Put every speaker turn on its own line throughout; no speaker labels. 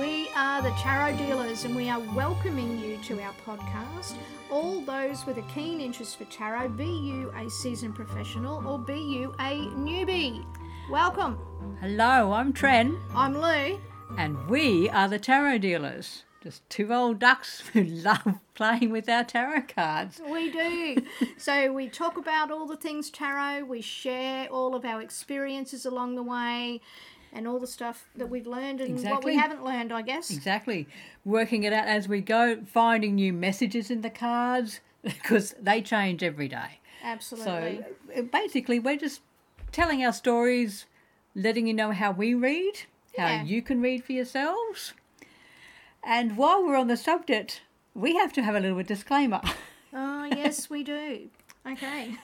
the Tarot Dealers, and we are welcoming you to our podcast. All those with a keen interest for tarot, be you a seasoned professional or be you a newbie. Welcome.
Hello, I'm Tren,
I'm Lou.
and we are the tarot dealers. Just two old ducks who love playing with our tarot cards.
We do. so we talk about all the things tarot, we share all of our experiences along the way and all the stuff that we've learned and what
Exactly.
we haven't learned, I guess.
Exactly. Working it out as we go, finding new messages in the cards because they change every day.
Absolutely.
So uh, basically, we're just telling our stories, letting you know how we read, how
Yeah.
you can read for yourselves. And while we're on the subject, we have to have a little disclaimer.
Oh, yes, we do. Okay.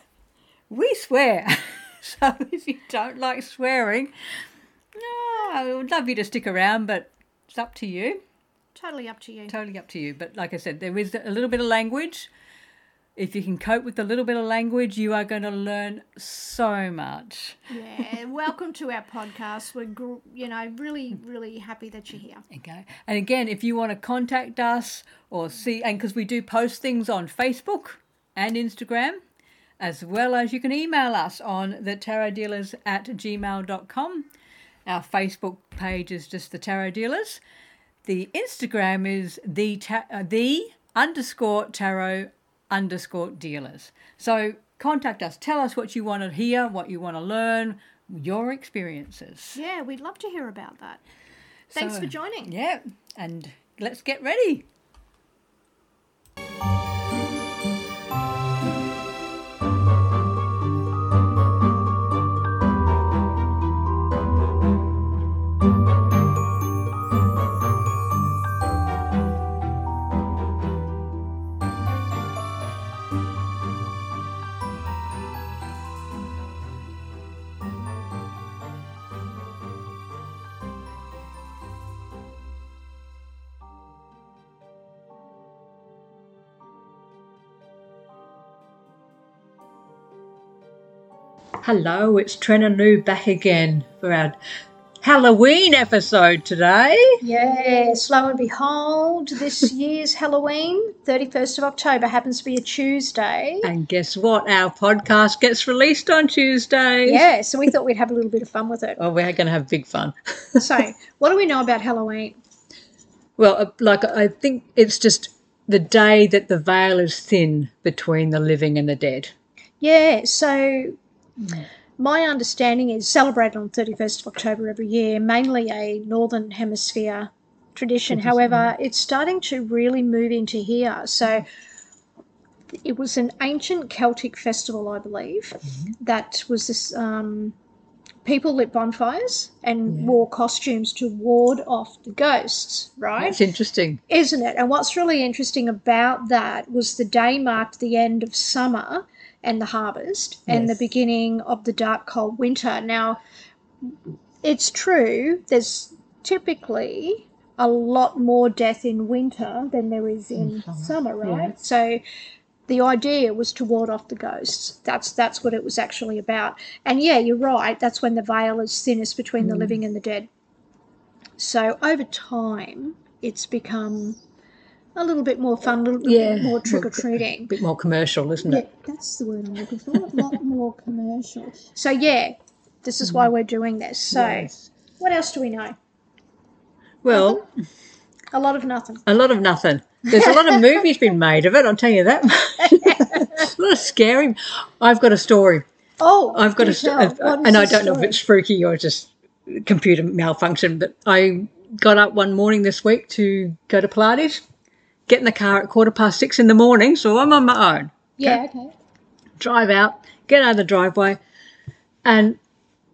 We swear. so if you don't like swearing, no, I would love you to stick around, but it's up to you.
Totally up to you.
Totally up to you. But like I said, there is a little bit of language. If you can cope with a little bit of language, you are going to learn so much.
Yeah, welcome to our podcast. We're, gr- you know, really, really happy that you're here.
Okay. And again, if you want to contact us or see, and because we do post things on Facebook and Instagram, as well as you can email us on the tarot dealers at gmail.com. Our Facebook page is just the tarot dealers. The Instagram is the, ta- uh, the underscore tarot underscore dealers. So contact us, tell us what you want to hear, what you want to learn, your experiences.
Yeah, we'd love to hear about that. Thanks
So-
for joining.
Yeah, and let's get ready. Hello, it's Tren and Lou back again for our Halloween episode today.
Yes, lo and behold, this year's Halloween, 31st of October, happens to be a Tuesday.
And guess what? Our podcast gets released on Tuesdays.
Yeah, so we thought we'd have a little bit of fun with it.
Oh, we're going to have big fun.
So, what do we know about Halloween?
Well, uh, like I think it's just the day that the veil is thin between the living and the dead.
Yeah, so my understanding is celebrated on 31st of October every year, mainly a Northern Hemisphere tradition. However, it's starting to really move into here. So it was an ancient Celtic festival, I believe, that was this. Um, People lit bonfires and wore costumes to ward off the ghosts, right?
That's interesting.
isn't it? And what's really interesting about that was the day marked the end of summer and the harvest and
Yes.
the beginning of the dark, cold winter. Now, it's true, there's typically a lot more death in winter than there is in summer, right? So the idea was to ward off the ghosts. That's that's what it was actually about. And yeah, you're right. That's when the veil is thinnest between the living and the dead. So over time, it's become a little bit more fun, a little
Yeah.
bit more trick or treating.
A bit more commercial, isn't
Yeah,
it?
that's the word I'm looking for. A lot more commercial. Mm. So yeah, this is why we're doing this. So what else do we know?
Well,
A lot of nothing.
A lot of nothing. There's a lot of movies been made of it. I'll tell you that. much. a lot of scary. I've got a story.
Oh,
I've got
do
a, st-
tell.
a-
What is
and I
this
don't know if
story?
it's spooky or just computer malfunction. But I got up one morning this week to go to Pilates. Get in the car at quarter past six in the morning, so I'm on my own.
Yeah, okay.
Drive out, get out of the driveway, and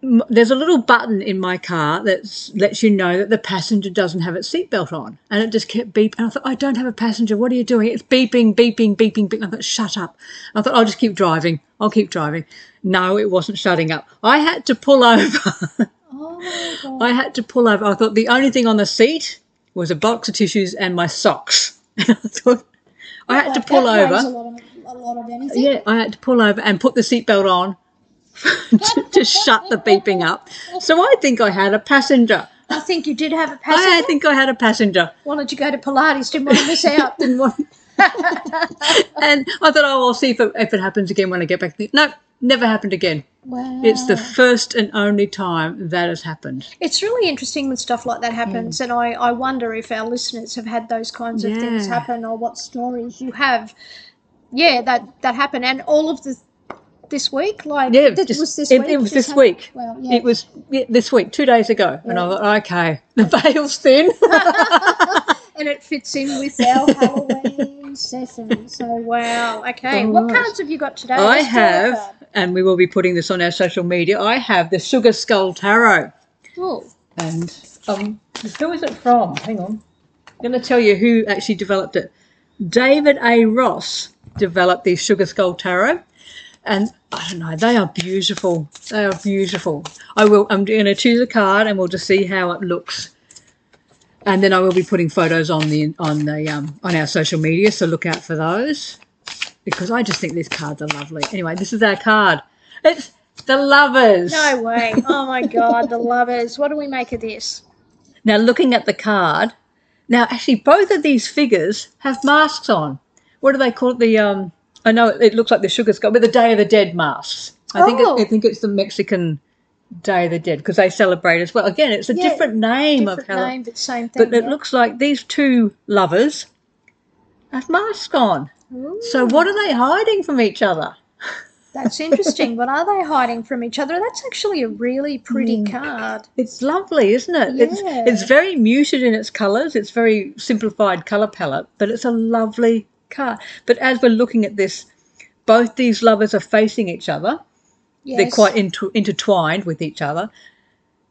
m- there's a little button in my car that lets you know that the passenger doesn't have its seatbelt on. And it just kept beeping. I thought, I don't have a passenger. What are you doing? It's beeping, beeping, beeping, beeping. I thought, shut up. I thought, I'll just keep driving. I'll keep driving. No, it wasn't shutting up. I had to pull over.
Oh my god.
I had to pull over. I thought the only thing on the seat was a box of tissues and my socks. And I thought, I had to
That-
pull
that weighs
over.
A lot, of, a lot of anything.
Yeah, I had to pull over and put the seatbelt on to, to shut the beeping up. So I think I had a passenger.
I think you did have a passenger.
I think I had a passenger.
Wanted to go to Pilates, didn't want to miss out.
Didn't want. and I thought, oh, I'll see if it, if it happens again when I get back. No, never happened again.
Wow.
It's the first and only time that has happened.
It's really interesting when stuff like that
Mm.
happens, and I, I wonder if our listeners have had those kinds of things
Yeah.
happen or what stories you have. Yeah, that that happened, and all of the this week, like
Yeah,
did-
just-
was this
it,
week?
it was this
happened?
week.
Well, yeah.
It was yeah, this week, two days ago, and I thought, okay, the veil's thin.
and it fits in with our Halloween session. So wow, okay. What
Right.
cards have you got today?
I
Let's do a
have,
card.
and we will be putting this on our social media. I have the Sugar Skull Tarot,
Oh,
and um, who is it from? Hang on, I'm going to tell you who actually developed it. David A. Ross developed the Sugar Skull Tarot, and I don't know, they are beautiful. They are beautiful. I will. I'm going to choose a card, and we'll just see how it looks. And then I will be putting photos on the on the um, on our social media, so look out for those because I just think these cards are lovely. Anyway, this is our card. It's the lovers.
no way. Oh my god, the lovers. What do we make of this?
Now, looking at the card, now actually both of these figures have masks on. What do they call it? The um, I know it, it looks like the sugar skull, but the Day of the Dead masks. I think
Oh.
it, I think it's the Mexican Day of the Dead because they celebrate as well. Again, it's a
Yeah,
different name
Different
of how,
name, but same thing.
but it
yeah?
looks like these two lovers have masks on.
Ooh.
So what are they hiding from each other?
That's interesting. what are they hiding from each other? That's actually a really pretty
Mm.
card.
It's lovely, isn't it? It's
Yeah.
it's very muted in its colours. It's very simplified colour palette, but it's a lovely card. But as we're looking at this, both these lovers are facing each other.
Yes.
They're quite inter- intertwined with each other.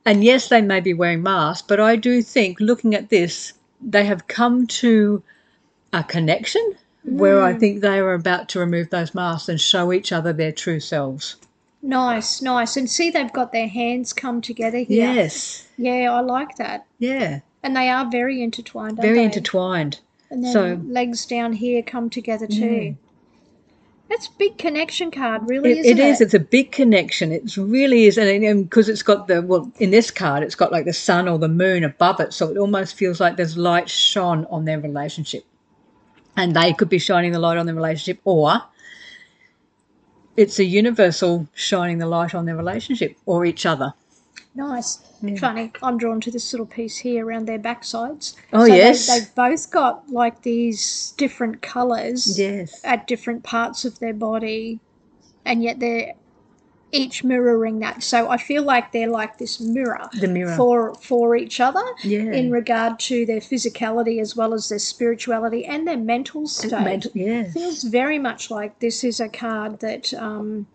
And yes, they may be wearing masks, but I do think looking at this, they have come to a connection where
Mm.
I think they are about to remove those masks and show each other their true selves.
nice, nice. And see, they've got their hands come together here.
Yes.
Yeah, I like that.
Yeah.
And they are very intertwined. aren't
Very
they?
intertwined.
And then
so- Mm.
legs down here come together too. That's a big connection card, really,
It,
isn't
it is. It's a big connection. It really is, and because it's got the well in this card, it's got like the sun or the moon above it, so it almost feels like there's light shone on their relationship, and they could be shining the light on their relationship, or it's a universal shining the light on their relationship or each other.
Nice. Funny. I'm drawn to this little piece here around their backsides.
Oh,
so
yes.
They, they've both got like these different colours
Yes.
at different parts of their body, and yet they're each mirroring that. So I feel like they're like this mirror,
The mirror.
for for each other
Yeah.
in regard to their physicality as well as their spirituality and their mental state.
Mental- yes.
feels very much like this is a card that um,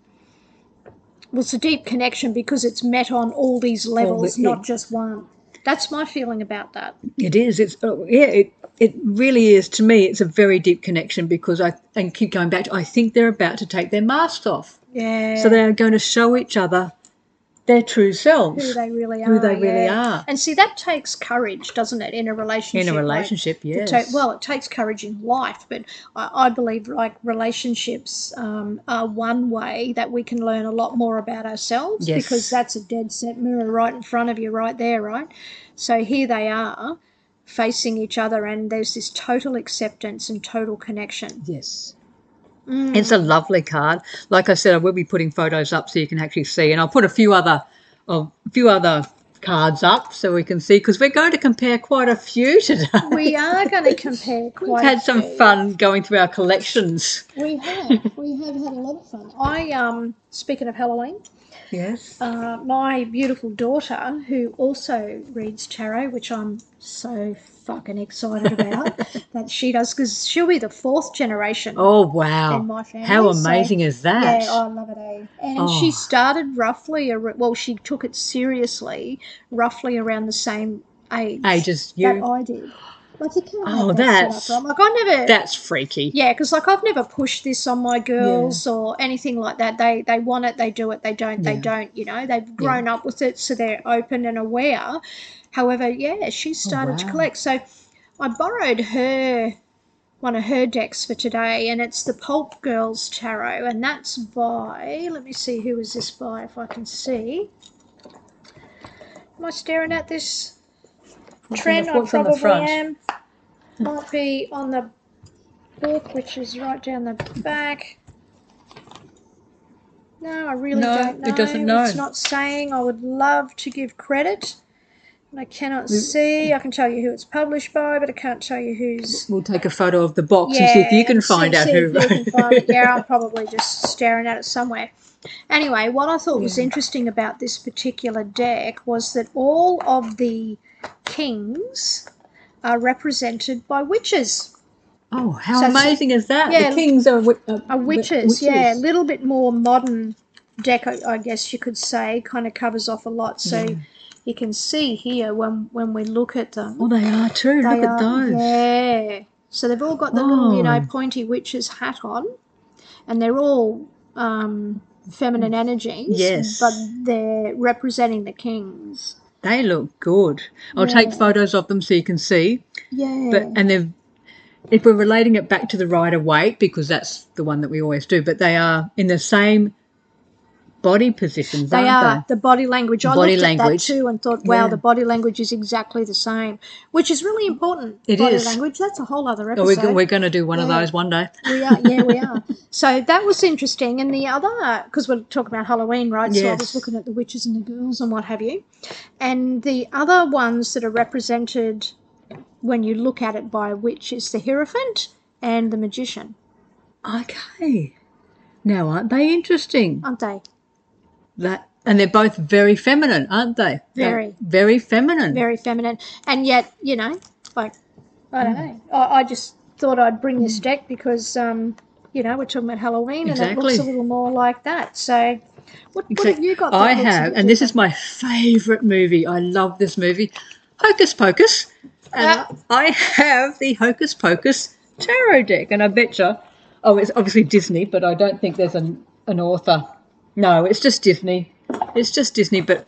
was a deep connection because it's met on all these levels,
yeah.
not just one. That's my feeling about that.
It is. It's oh, yeah. It it really is. To me, it's a very deep connection because I and keep going back. To, I think they're about to take their masks off.
Yeah.
So they are going to show each other their true selves.
who they really are.
Who they really
yeah.
are.
And see, that takes courage, doesn't it, in a relationship?
in a
like,
relationship,
it
yes.
ta- well, it takes courage in life, but I, I believe like relationships um, are one way that we can learn a lot more about ourselves
Yes.
because that's a dead set mirror right in front of you, right there, right? So here they are facing each other, and there's this total acceptance and total connection.
yes.
Mm.
It's a lovely card. Like I said, I will be putting photos up so you can actually see, and I'll put a few other, of a few other cards up so we can see because we're going to compare quite a few today.
We are going to compare quite
We've
a
had some
few.
fun going through our collections.
We have. We have had a lot of fun. I um speaking of Halloween,
Yes.
uh, my beautiful daughter who also reads tarot, which I'm so fucking excited about that she does because she'll be the fourth generation.
Oh wow!
In my family,
How
so-
amazing is that?
Yeah, I love it. Eh? And she
Oh.
started roughly, ar- well, she took it seriously, roughly around the same age
Age as
that
you.
I did. Like you can't.
Oh,
have that
that's-
set up, right? like I never.
That's freaky.
Yeah, because like I've never pushed this on my girls or anything like that. They they want it, they do it. They don't, they
Yeah.
don't. You know, they've grown up with it, so they're open and aware. However, yeah, she started to
Oh, wow.
collect. So I borrowed her one of her decks for today, and it's the Pulp Girls Tarot, and that's by. Let me see who is this by if I can see. Am I staring at this?
What's on
Trent,
the-
I
what's on the
probably
front?
am. Might be on the book, which is right down the back. No, I really
No,
don't know.
it doesn't
It's
know.
not saying. I would love to give credit. And I cannot see. I can tell you who it's published by, but I can't tell you who's.
We'll take a photo of the box and see if you can
see-
find out
see
who
if you can find
wrote
it. yeah, I'm probably just staring at it somewhere. Anyway, what I thought was
Yeah.
interesting about this particular deck was that all of the kings are represented by witches.
Oh, how
So-
amazing is that?
yeah,
the kings are, wi- uh,
Are
wi-
witches, yeah, a little bit more modern deck, I, I guess you could say, kind of covers off a lot. So you can see here when when we look at them.
Oh, they are too. Look
They
at
are-
those. Oh.
Yeah. So they've all got the little, you know,
Wow.
pointy witch's hat on, and they're all um, feminine energies.
Yes.
But they're representing the kings.
They look good. I'll take
Yeah.
photos of them so you can see.
Yeah.
But and they've if we're relating it back to the rider weight because that's the one that we always do. But they are in the same body positions,
they
aren't
are the body language. I
Body
looked
language.
at that too and thought, wow,
Yeah.
the body language is exactly the same, which is really important.
It
body
is.
language. That's a whole other
Oh,
episode.
we're, go- we're going to do one of
Yeah.
those one day.
We are, yeah, we are. So that was interesting. And the other, because we're talking about Halloween, right? So I
Yes.
was looking at the witches and the ghouls and what have you. And the other ones that are represented when you look at it by a witch is the Hierophant and the Magician,
Okay. Now, aren't they interesting?
aren't they?
That and they're both very feminine, aren't they? They're
Very.
very feminine.
Very feminine. And yet, you know, like, I
Mm.
don't know. I, I just thought I'd bring this deck because, um, you know, we're talking about Halloween and it looks a
Exactly.
little more like that. So. What, what
Exact-
have you got? that
I
looks a
have,
bit
and this
different?
is my favourite movie. I love this movie, Hocus Pocus. And
Ah.
I have the Hocus Pocus tarot deck, and I betcha, oh, it's obviously Disney, but I don't think there's an an author. No, it's just Disney. It's just Disney. But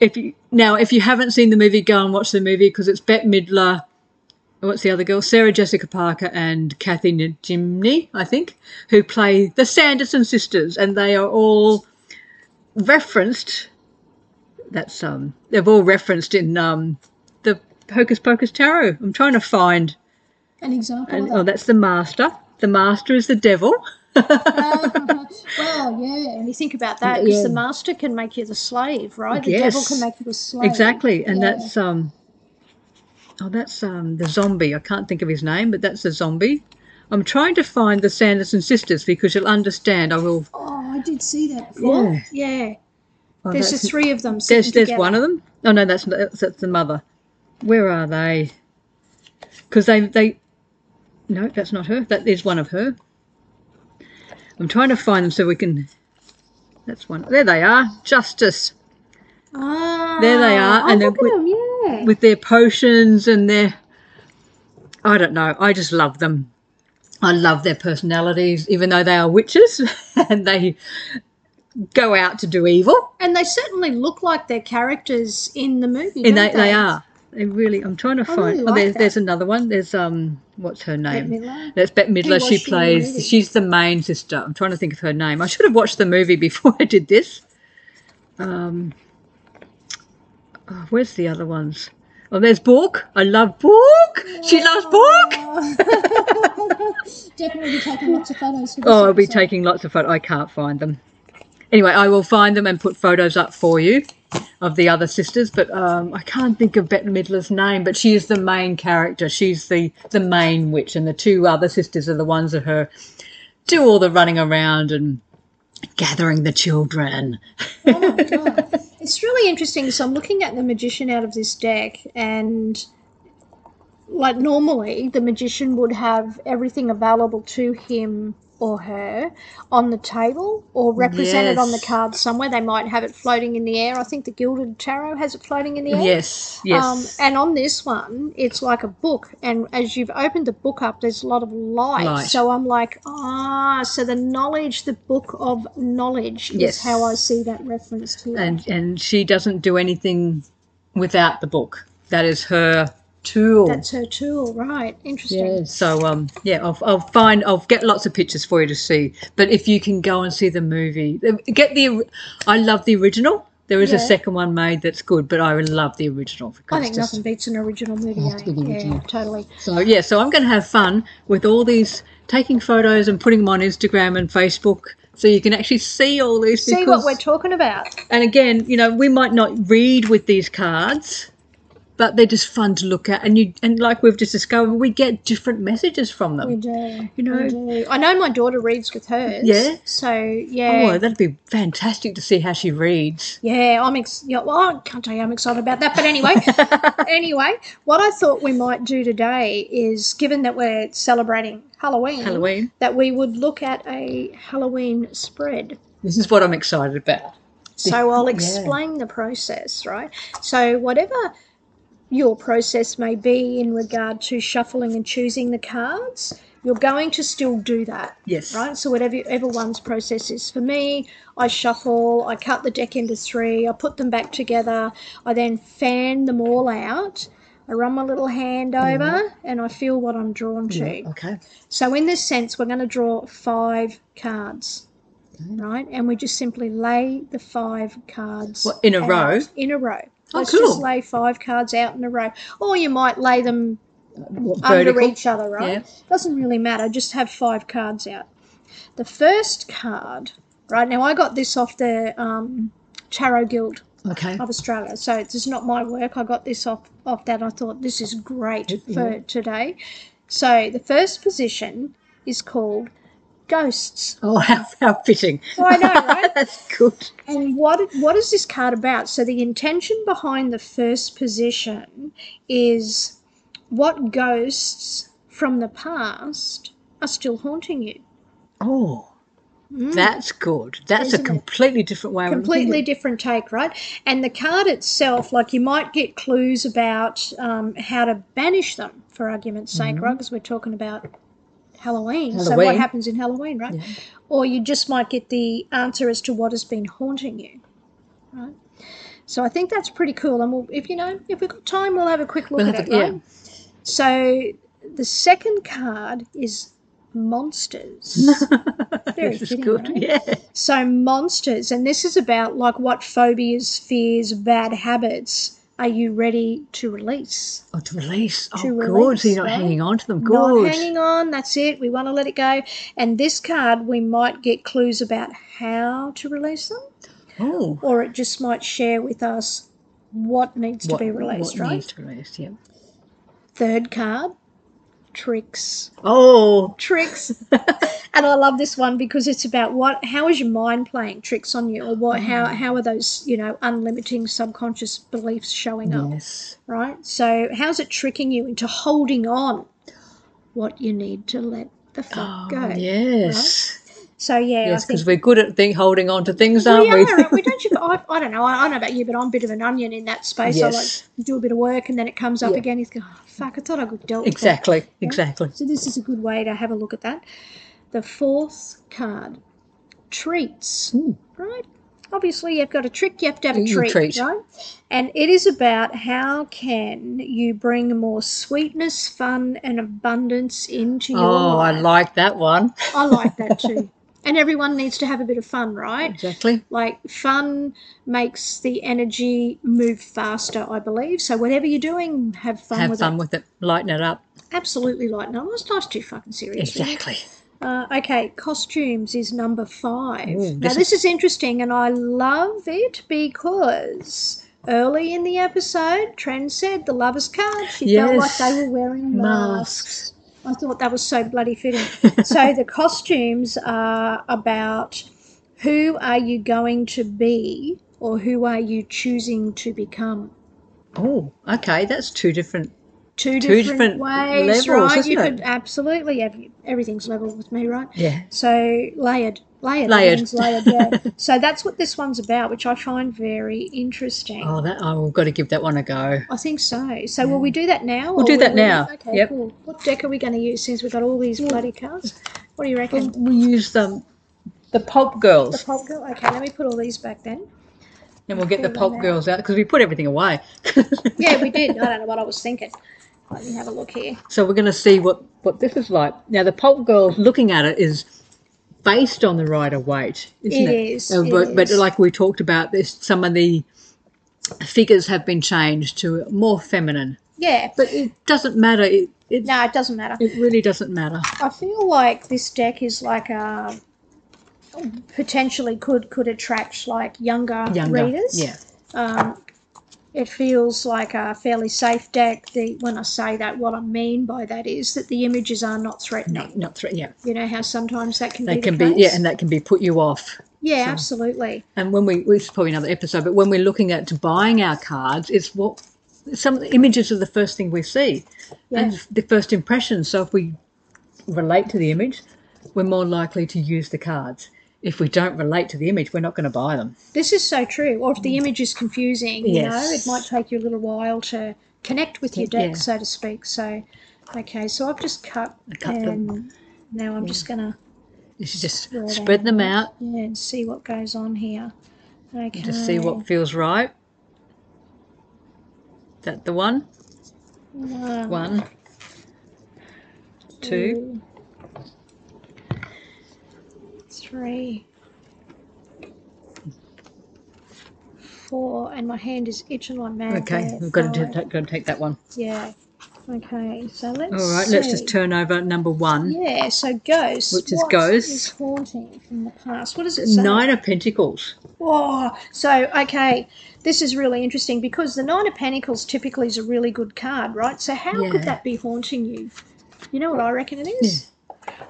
if you now, if you haven't seen the movie, go and watch the movie because it's Bette Midler. What's the other girl? Sarah Jessica Parker and Kathy Najimy, I think, who play the Sanderson sisters, and they are all referenced. That's um. They've all referenced in um the Hocus Pocus Tarot. I'm trying to find.
an example.
And,
of that.
oh, that's the master. The master is the devil.
well, yeah, and you think about that because
Yeah.
the master can make you the slave, right? The devil
Yes.
can make you a slave.
Exactly, and
Yeah.
that's um. Oh, that's um the zombie. I can't think of his name, but that's the zombie. I'm trying to find the Sanderson sisters because you'll understand. I will.
Oh, I did see that before. Yeah.
oh,
There's the
that's-
three of them.
There's
sitting
there's
together.
one of them. Oh no, that's that's, that's the mother. Where are they? Because they they. No, that's not her. That is one of her. I'm trying to find them so we can. That's one. There they are. Justice
Ah,
There they are,
Oh,
and they're
look at
with-
them, yeah.
with their potions and their. I don't know. I just love them. I love their personalities, even though they are witches and they go out to do evil.
and they certainly look like their characters in the movie.
And
don't
they, they are. They really. I'm trying to
I
find.
really
oh,
like
there's
that.
there's another one. There's um, what's her
Bette
name?
Midler.
That's Bette Midler.
was
She
she in the movie?
plays. She's the main sister. I'm trying to think of her name. I should have watched the movie before I did this. Um, oh, where's the other ones? Oh, there's Bork. I love Bork. She loves Bork.
Definitely be taking lots of photos. For this
Oh, I'll be
episode.
taking lots of photos. I can't find them. Anyway, I will find them and put photos up for you of the other sisters. But um, I can't think of Bette Midler's name, but she is the main character. She's the the main witch, and the two other sisters are the ones that her do all the running around and gathering the children.
Oh my God. It's really interesting. So I'm looking at the magician out of this deck, and like normally, the magician would have everything available to him or her on the table or represented on the
Yes.
card somewhere. They might have it floating in the air. I think the Gilded Tarot has it floating in the air.
Yes, yes.
Um, and on this one, it's like a book, and as you've opened the book up, there's a lot of light.
Light.
So I'm like, ah, so the knowledge, the book of knowledge, is
Yes.
how I see that referenced here.
and and she doesn't do anything without the book. That is her tool.
That's her tool, right? Interesting.
Yeah, so um, yeah, I'll, I'll find I'll get lots of pictures for you to see. But if you can go and see the movie, get the I love the original There is a
Yeah.
second one made that's good, but I love the original because
I think
it's just-
nothing beats an original movie.
It has to
eh?
be the
Yeah,
original.
totally.
So yeah, so I'm going to have fun with all these taking photos and putting them on Instagram and Facebook, so you can actually see all these.
See what
because-
we're talking about.
and again, you know, we might not read with these cards, but they're just fun to look at. And you and like we've just discovered, we get different messages from
We
them.
do.
You know-
we do. I know my daughter reads with hers.
Yeah?
So
Oh,
yeah.
that'd be fantastic to see how she reads.
yeah, I'm ex- yeah, well, I can't tell you I'm excited about that. But anyway, anyway, what I thought we might do today is given that we're celebrating Halloween,
Halloween.
that we would look at a Halloween spread.
This is what I'm excited about.
So I'll
Yeah.
explain the process, right? So whatever your process may be in regard to shuffling and choosing the cards, you're going to still do that,
Yes.
right? So whatever everyone's process is. For me, I shuffle, I cut the deck into three, I put them back together, I then fan them all out. I run my little hand over and I feel what I'm drawn to.
Mm-hmm. Yeah, okay.
So, in this sense, we're going to draw five cards, right? And we just simply lay the five cards
What, in a
out
row?
In a row.
Oh,
Let's
cool.
just lay five cards out in a row, or you might lay them
What,
under
vertical?
each other, right?
Yeah.
Doesn't really matter. Just have five cards out. The first card, right now, I got this off the um, Tarot Guild
Okay.
of Australia. So this is not my work. I got this off off that. I thought this is great for today. So the first position is called ghosts.
Oh, how, how fitting.
Oh, I know, right?
That's good.
And what what is this card about? So the intention behind the first position is what ghosts from the past are still haunting you.
Oh, that's good. That's
Mm. Isn't
a
it?
completely different way. of looking
completely
at
different take, right? And the card itself, like you might get clues about um, how to banish them, for argument's sake, right? Because we're talking about Halloween. So what
Mm-hmm. Halloween.
happens in Halloween, right? Or you just might get the answer as to what has been haunting you, right? So I think that's pretty cool. And we'll, if you know, if we've got time, we'll have a quick look
We'll
at
have
it,
a-
right? So the second card is monsters. Very
This is
fitting,
good.
right?
Yeah.
So monsters, and this is about like what phobias, fears, bad habits are you ready to release?
Oh, to release. Oh,
To
good. so
release,
you're not
right?
hanging on to them.
Not
Good.
hanging on, that's it. We want to let it go. And this card, we might get clues about how to release them,
oh,
or it just might share with us what needs to be released,
what
right?
needs to be released, yeah.
Third card, tricks.
Oh,
tricks. and I love this one because it's about what how is your mind playing tricks on you or what how
Mm.
how are those, you know, unlimiting subconscious beliefs showing up,
yes.
right? So how's it tricking you into holding on what you need to let the fuck go?
Yes.
So yeah,
Oh, Yes,
I think
because we're good at think, holding on to things, aren't
we
we?
are. we don't. You, I, I don't know. I, I don't know about you, but I'm a bit of an onion in that space.
Yes.
I like do a bit of work, and then it comes up again. You think, oh, fuck, I thought I could dealt with that."
exactly. Exactly.
So this is a good way to have a look at that. The fourth card, treats. Right? Obviously, you've got a trick. You have to have a
You
treat,
Mm, treat.
right? And it is about how can you bring more sweetness, fun, and abundance into your
Oh, I
life.
like that one.
I like that too. and everyone needs to have a bit of fun, right?
Exactly.
Like fun makes the energy move faster, I believe. So whatever you're doing, have fun
Have
with
fun
it.
with it. Lighten it up.
Absolutely lighten up. I was nice too fucking serious. with it.
Exactly.
Uh, okay, costumes is number five.
Ooh,
now,
this
this is interesting, and I love it because early in the episode, Tran said the lovers' card. She felt like
Yes.
they were wearing masks.
Masks.
I thought that was so bloody fitting. so, the costumes are about who are you going to be or who are you choosing to become?
Oh, okay. That's two different.
Two,
different
ways,
levels,
right?
isn't
You
it?
could absolutely, ev- everything's leveled with me, right?
Yeah.
So layered, layered,
Layered.
everything's layered. Yeah. so that's what this one's about, which I find very interesting.
Oh, that I've got to give that one a go.
I think so. So will we do that now? or
do
will
that
we-
now.
Okay,
Yep.
cool. What deck are we going to use since we've got all these bloody cards? What do you reckon?
We use the the pulp
The
girls,
pop girl. Okay, let me put all these back then.
and we'll get the
pull them
pulp
out.
girls out because we put everything away.
Yeah, we did. I don't know what I was thinking. Let me have a look here.
So we're going to see what, what this is like. Now, the pulp girl looking at it is based on the rider weight, isn't
It
it?
is,
Uh,
it
but, but
is.
like we talked about, this some of the figures have been changed to more feminine,
Yeah.
but it doesn't matter. It it,
No, it doesn't matter.
it really doesn't matter.
I feel like this deck is like a potentially could could attract like younger,
Younger,
readers.
yeah.
Um, it feels like a fairly safe deck. The when I say that, what I mean by that is that the images are not threatening.
No, not three. Yeah,
You know how sometimes that can
they
be.
can
the
be.
case?
Yeah, and that can be put you off.
yeah, absolutely.
And when we, this is probably another episode, but when we're looking at buying our cards, it's what some of the images are the first thing we see,
Yeah.
and the first impression. So if we relate to the image, we're more likely to use the cards. If we don't relate to the image, we're not going to buy them.
This is so true. Or if the image is confusing, you know, it
Mm. Yes.
might take you a little while to connect with your deck,
Yeah.
so to speak. So, okay, so I've just cut,
cut
and
them.
now I'm just gonna
You should just
Spread
spread them out
yeah, and see what goes on here. Okay.
and just see what feels right. That the one,
One,
one, two,
three, four, and my hand is itching like mad.
Okay,
there,
we've got to
so-
take, got to take that one.
Yeah. Okay, so let's.
All right, let's just
see.
turn over number one.
Yeah, so ghosts.
Which is
what
ghosts.
is haunting from the past. What does it say?
Nine of Pentacles.
Oh, so okay, this is really interesting because the Nine of Pentacles typically is a really good card, right? So how could
Yeah.
that be haunting you? You know what I reckon it is?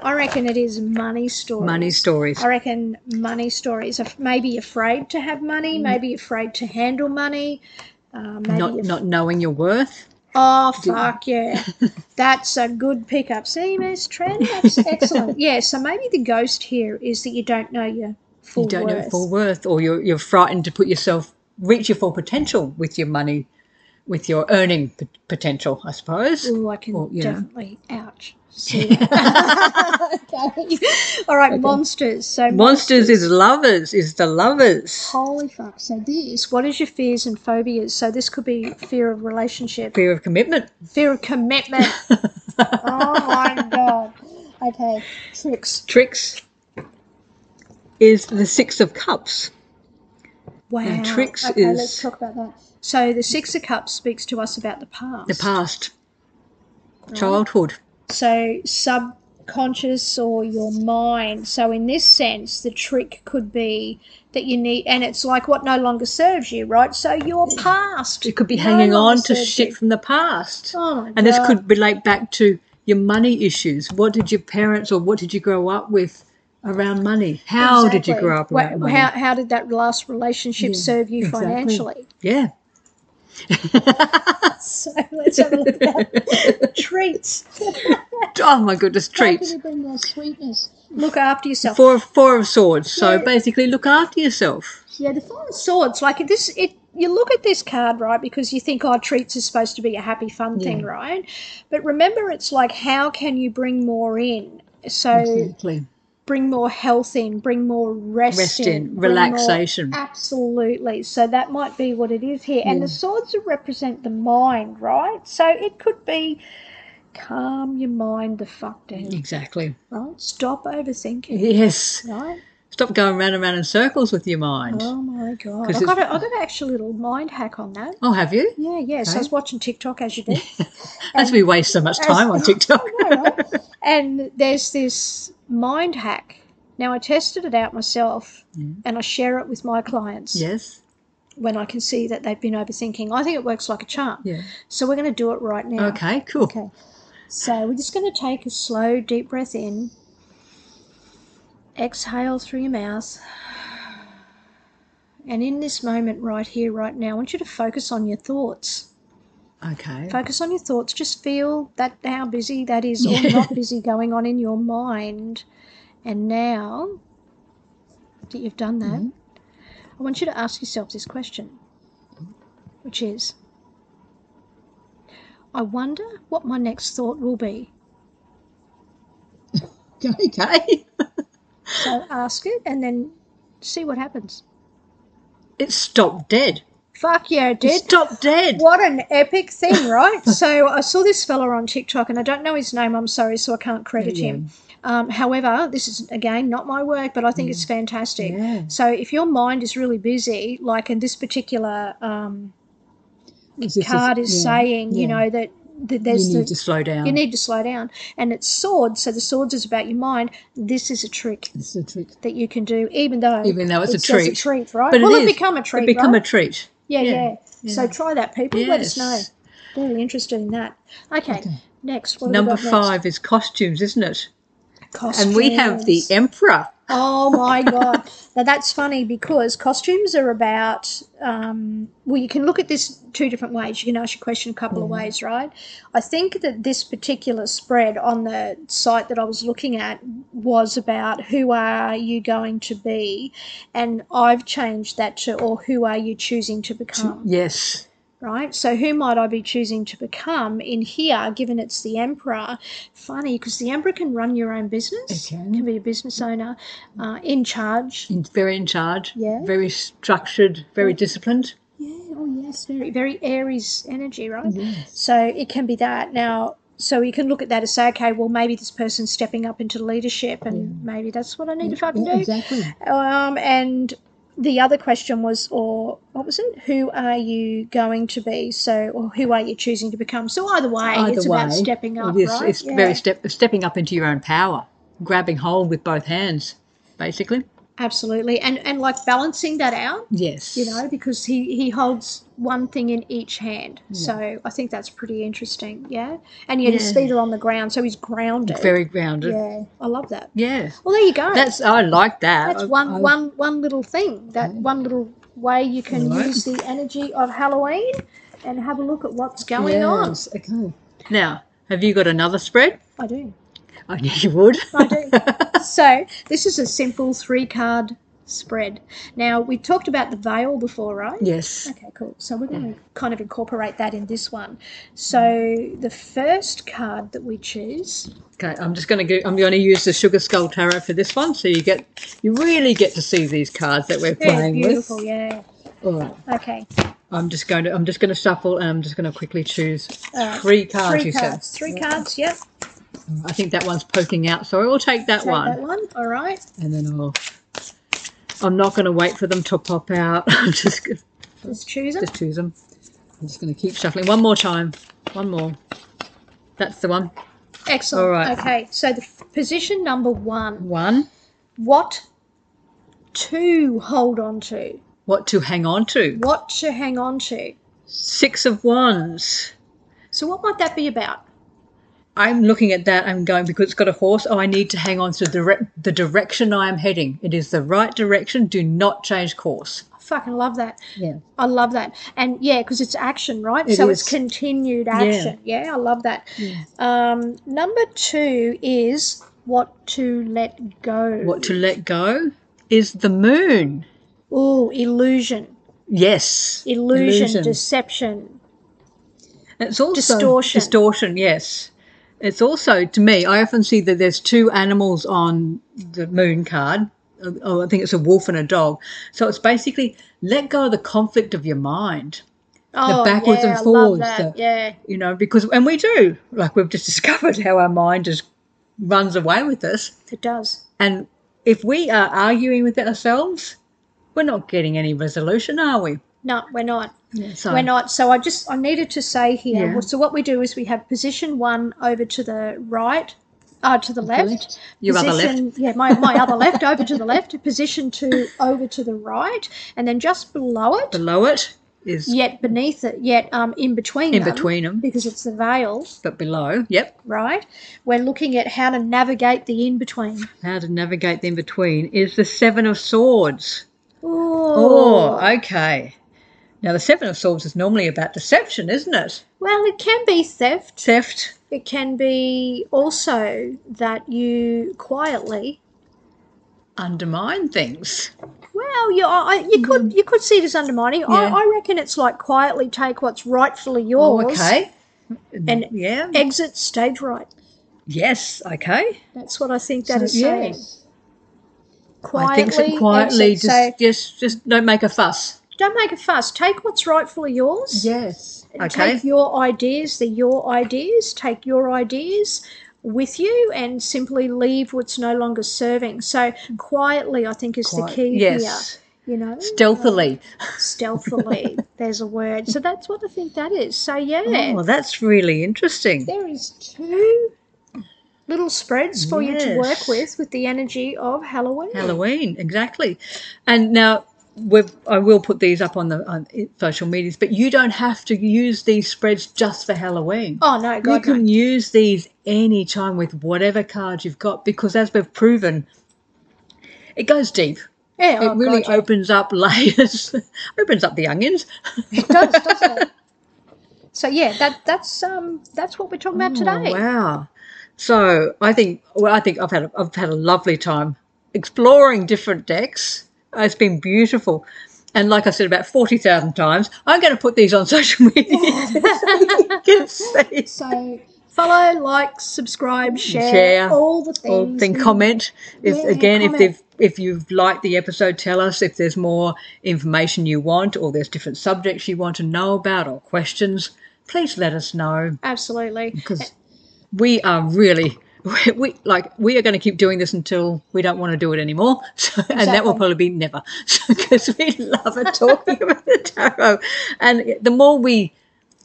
I reckon it is money stories.
Money stories.
I reckon money stories. Af- Maybe afraid to have money. Maybe afraid to handle money. Uh, maybe
Mm. Not
af-
not knowing your worth.
Oh fuck yeah, that's a good pickup. See, Miss Trent, that's excellent. Yeah, so maybe the ghost here is that you don't know your full
You don't know
worth.
your full worth, or you're you're frightened to put yourself reach your full potential with your money, with your earning p- potential, I suppose.
Ooh, I can
Well, you know.
definitely ouch. See that. Okay. All right, monsters. So
Monsters is lovers is the lovers.
Holy fuck! So this, what is your fears and phobias? So this could be fear of relationship,
Fear of commitment.
fear of commitment. oh my god. Okay, tricks.
Tricks is the six of cups.
Wow.
And tricks
okay,
is-
Let's talk about that. So the Six of Cups speaks to us about the past.
The past.
Oh.
Childhood.
so subconscious or your mind so in this sense the trick could be that you need and it's like what no longer serves you right so your past
You could be
no
hanging
longer
on to
serves
shit
you.
from the past.
oh my
And this
God.
could relate back to your money issues. What did your parents or what did you grow up with around money? How did you
Exactly.
grow up
Wha-
around money?
how, how did that last relationship serve you
exactly.
financially
yeah.
so let's have a look at treats
Oh my goodness,
How could
treats.
it bring more sweetness look after yourself
Four of four of swords. So
Yeah.
basically look after yourself.
Yeah, the Four of Swords, like this, it you look at this card, right, because you think, oh, treats is supposed to be a happy, fun thing, right? But remember, it's like, how can you bring more in? So
Exactly.
bring more health in, bring more rest,
Rest
bring
in,
more-
relaxation.
absolutely. So that might be what it is here. And the swords represent the mind, right? So it could be calm your mind the fuck down,
Exactly.
right? Stop overthinking,
Yes.
right?
Stop going round and round in circles with your mind.
Oh my god! I
'Cause
got
it's-
a, I got an actual little mind hack on that.
Oh, have you?
Yeah, yeah. So I was watching TikTok as you did.
As we waste so much time on TikTok.
and there's this mind hack. Now I tested it out myself
Mm.
and I share it with my clients
yes.
when I can see that they've been overthinking. I think it works like a charm.
Yeah.
So we're going to do it right now.
Okay, cool.
Okay. So we're just going to take a slow, deep breath in. Exhale through your mouth. And in this moment, right here, right now, I want you to focus on your thoughts.
Okay.
Focus on your thoughts. Just feel that how busy that is or not busy going on in your mind. And now that you've done that, I want you to ask yourself this question, which is I wonder what my next thought will be.
Okay.
So ask it and then see what happens.
It stopped dead.
Fuck yeah, it
It
did.
stopped dead.
What an epic thing, right? so I saw this fella on TikTok, and I don't know his name. I'm sorry, so I can't credit him. Um, however, this is again not my work, but I think it's fantastic.
Mm. Yeah.
So if your mind is really busy, like in this particular um,
This is-
card is
yeah,
saying, you
yeah.
know that, that there's
you need
the,
to slow down.
you need to slow down, and it's swords. So the swords is about your mind. This is a trick
It's a trick.
that you can do, even though
Even though it's a
says
treat.
right?
But
well, it,
is.
become a treat,
It become
right?
a treat.
yeah,
yeah,
yeah, So try that, people. Let us know.
Yes.
Very interested in that. Okay, next. What have we
Number
got next?
five is costumes, isn't it? And we have the
Costumes.
emperor.
Oh my god! Now that's funny because costumes are about. Um, well, you can look at this two different ways. You can ask your question a couple of ways, right? I think that this particular spread on the site that I was looking at was about who are you going to be, and I've changed that to or who are you choosing to become,
Yes.
right? So who might I be choosing to become in here? Given it's the emperor, funny because the emperor can run your own business,
Okay.
can be a business owner, uh, in charge.
In, very in charge.
Yeah.
Very structured, very disciplined.
Yeah, oh yes, very very Aries energy, right? So it can be that. Now so you can look at that and say, okay, well maybe this person's stepping up into leadership and maybe that's what I need to fucking do.
Exactly.
Um and the other question was or what was it? Who are you going to be? So or who are you choosing to become? So either way
Either
it's
way,
about stepping up.
it is,
right?
it's
Yeah.
very step, stepping up into your own power, grabbing hold with both hands, basically.
absolutely. And and like balancing that out.
Yes.
you know, because he, he holds one thing in each hand. So I think that's pretty interesting. Yeah. And yet his
Yeah.
feet are on the ground, so he's grounded.
Very grounded.
yeah. I love that.
Yeah.
Well, there you go.
That's I like that.
That's
I-
one
I-
one- one little thing, that
Oh.
one little way you can
Alright.
use the energy of Halloween and have a look at what's going on.
Yes, Okay. Now, have you got another spread?
I do.
I knew you would.
I do. so this is a simple three card spread. Now, we talked about the veil before, right?
yes.
Okay, cool. So we're going to kind of incorporate that in this one. So the first card that we choose,
Okay, I'm just going to go, I'm going to use the Sugar Skull Tarot for this one, so you get you really get to see these cards that we're
very
playing
beautiful,
with.
yeah.
All right,
Okay,
I'm just going to I'm just going to shuffle and I'm just going to quickly choose
Alright,
three cards.
Uh, three
you
cards, three cards. Yep, take
said. I think that one's poking out, so I'll take that one,
that one. All right.
and then I'll. I'm not going to wait for them to pop out. I'm just going
Let's choose them.
to choose them. I'm just going to keep shuffling one more time. One more. That's the one.
Excellent.
alright.
Okay, so the f- position number one.
One.
What to hold on to?
What to hang on to?
What to hang on to?
Six of Wands.
So what might that be about?
I'm looking at that. I'm going because it's got a horse. Oh, I need to hang on to the direc- the direction I am heading. It is the right direction. Do not change course.
I fucking love that.
Yeah.
I love that. And yeah, because it's action, right? so it's
is.
continued action. Yeah, I love that. Um, number two is what to let go.
What to let go is the moon.
Oh, illusion.
Yes.
illusion. deception.
it's also
distortion.
Distortion. Yes. It's also to me. I often see that there's two animals on the moon card. Oh, Oh, I think it's a wolf and a dog. So it's basically let go of the conflict of your mind.
Oh,
backwards
yeah,
and
I love
forwards,
that.
the-
Yeah.
you know because and we do like we've just discovered how our mind just runs away with us
It does.
and if we are arguing with ourselves we're not getting any resolution are we
No, we're not.
so
We're not. So I just I needed to say here.
Yeah.
So what we do is we have position one over to the right, uh, to the left.
left. your other left
Position- Yeah, my, my other left over to the left. Position two over to the right, and then just below it,
below it is
yet beneath it, yet um in between.
in
them,
between them
because it's the veil,
but below yep
right? We're looking at how to navigate the in between.
how to navigate the in between is the seven of swords
Oh,
oh okay now the seven of swords is normally about deception isn't it
well, it can be theft.
theft
It can be also that you quietly.
undermine things
Well, you I, I- you could you could see it as undermining. I,
Mm-hmm. Yeah.
I reckon it's like quietly take what's rightfully yours.
oh, okay
And e-
yeah
exit stage right.
yes okay
That's what I think that
So,
is saying.
I think
Quietly,
so. Quietly,
exit.
just, just, just don't make a fuss.
so don't make a fuss. Take what's rightfully yours.
Yes. Okay.
Take your ideas. They're your ideas. Take your ideas. with you and simply leave what's no longer serving. So quietly, I think, is the
Quite-
key
yes.
here. You know,
Stealthily.
stealthily. there's a word. So that's what I think that is. So yeah,
Oh, that's really interesting.
there is two little spreads for you to work
Yes.
with with the energy of Halloween.
Halloween, exactly. And now we've, I will put these up on the on i- social medias, but you don't have to use these spreads just for Halloween.
Oh no,
you
God, no.
can use these any time with whatever cards you've got because, as we've proven, it goes deep.
Yeah, oh,
it really
God, yeah.
opens up layers, opens up the onions.
It does, doesn't it? So yeah, that that's um that's what we're talking about today.
Oh, wow. So I think well, I think I've had a, I've had a lovely time exploring different decks. It's been beautiful, and like I said about forty thousand times, I'm going to put these on social media so you can see.
So follow, like, subscribe, share,
Share.
all the things.
Or then comment if
Yeah,
again if
comment.
they've if you've liked the episode, tell us if there's more information you want or there's different subjects you want to know about or questions. Please let us know.
Absolutely. Eh,
because we are really we, we like we are going to keep doing this until we don't want to do it anymore so, and that will
Exactly.
probably be never because we love it talking about the tarot and the more we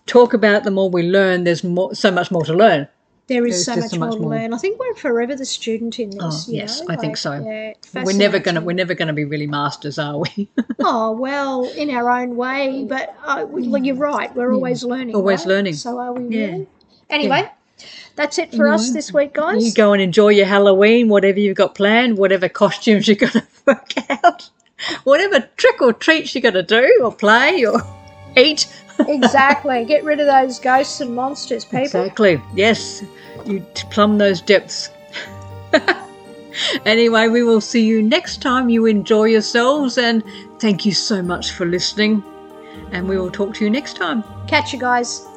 talk about the more we learn there's more so much more to learn
There is
There's
so much
just so
more
much
to
more.
learn. I think we're forever the student in this.
Oh,
you
yes,
know,
I think so.
yeah, it's
we're never going to
fascinating.
we're never going to be really masters are we
Oh well, in our own way, but uh, we, well, you're right. We're always learning.
Oh. Always
right?
learning.
So are we
Yeah.
really? Anyway, that's it for us this week,
you
guys.
go and enjoy your halloween whatever you've got planned whatever costumes you're going to work out whatever trick or treats you're going to do or play or eat
exactly. Get rid of those ghosts and monsters, people.
Exactly. Yes, you t- plumb those depths. anyway, we will see you next time. You enjoy yourselves, and thank you so much for listening. And we will talk to you next time.
Catch you guys.